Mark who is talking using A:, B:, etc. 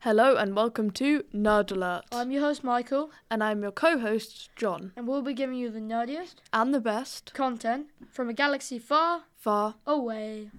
A: Hello and welcome to Nerd Alert.
B: I'm your host, Michael,
A: and I'm your co host, John.
B: and we'll be giving you the nerdiest
A: And the best,
B: content from a galaxy far
A: far
B: away.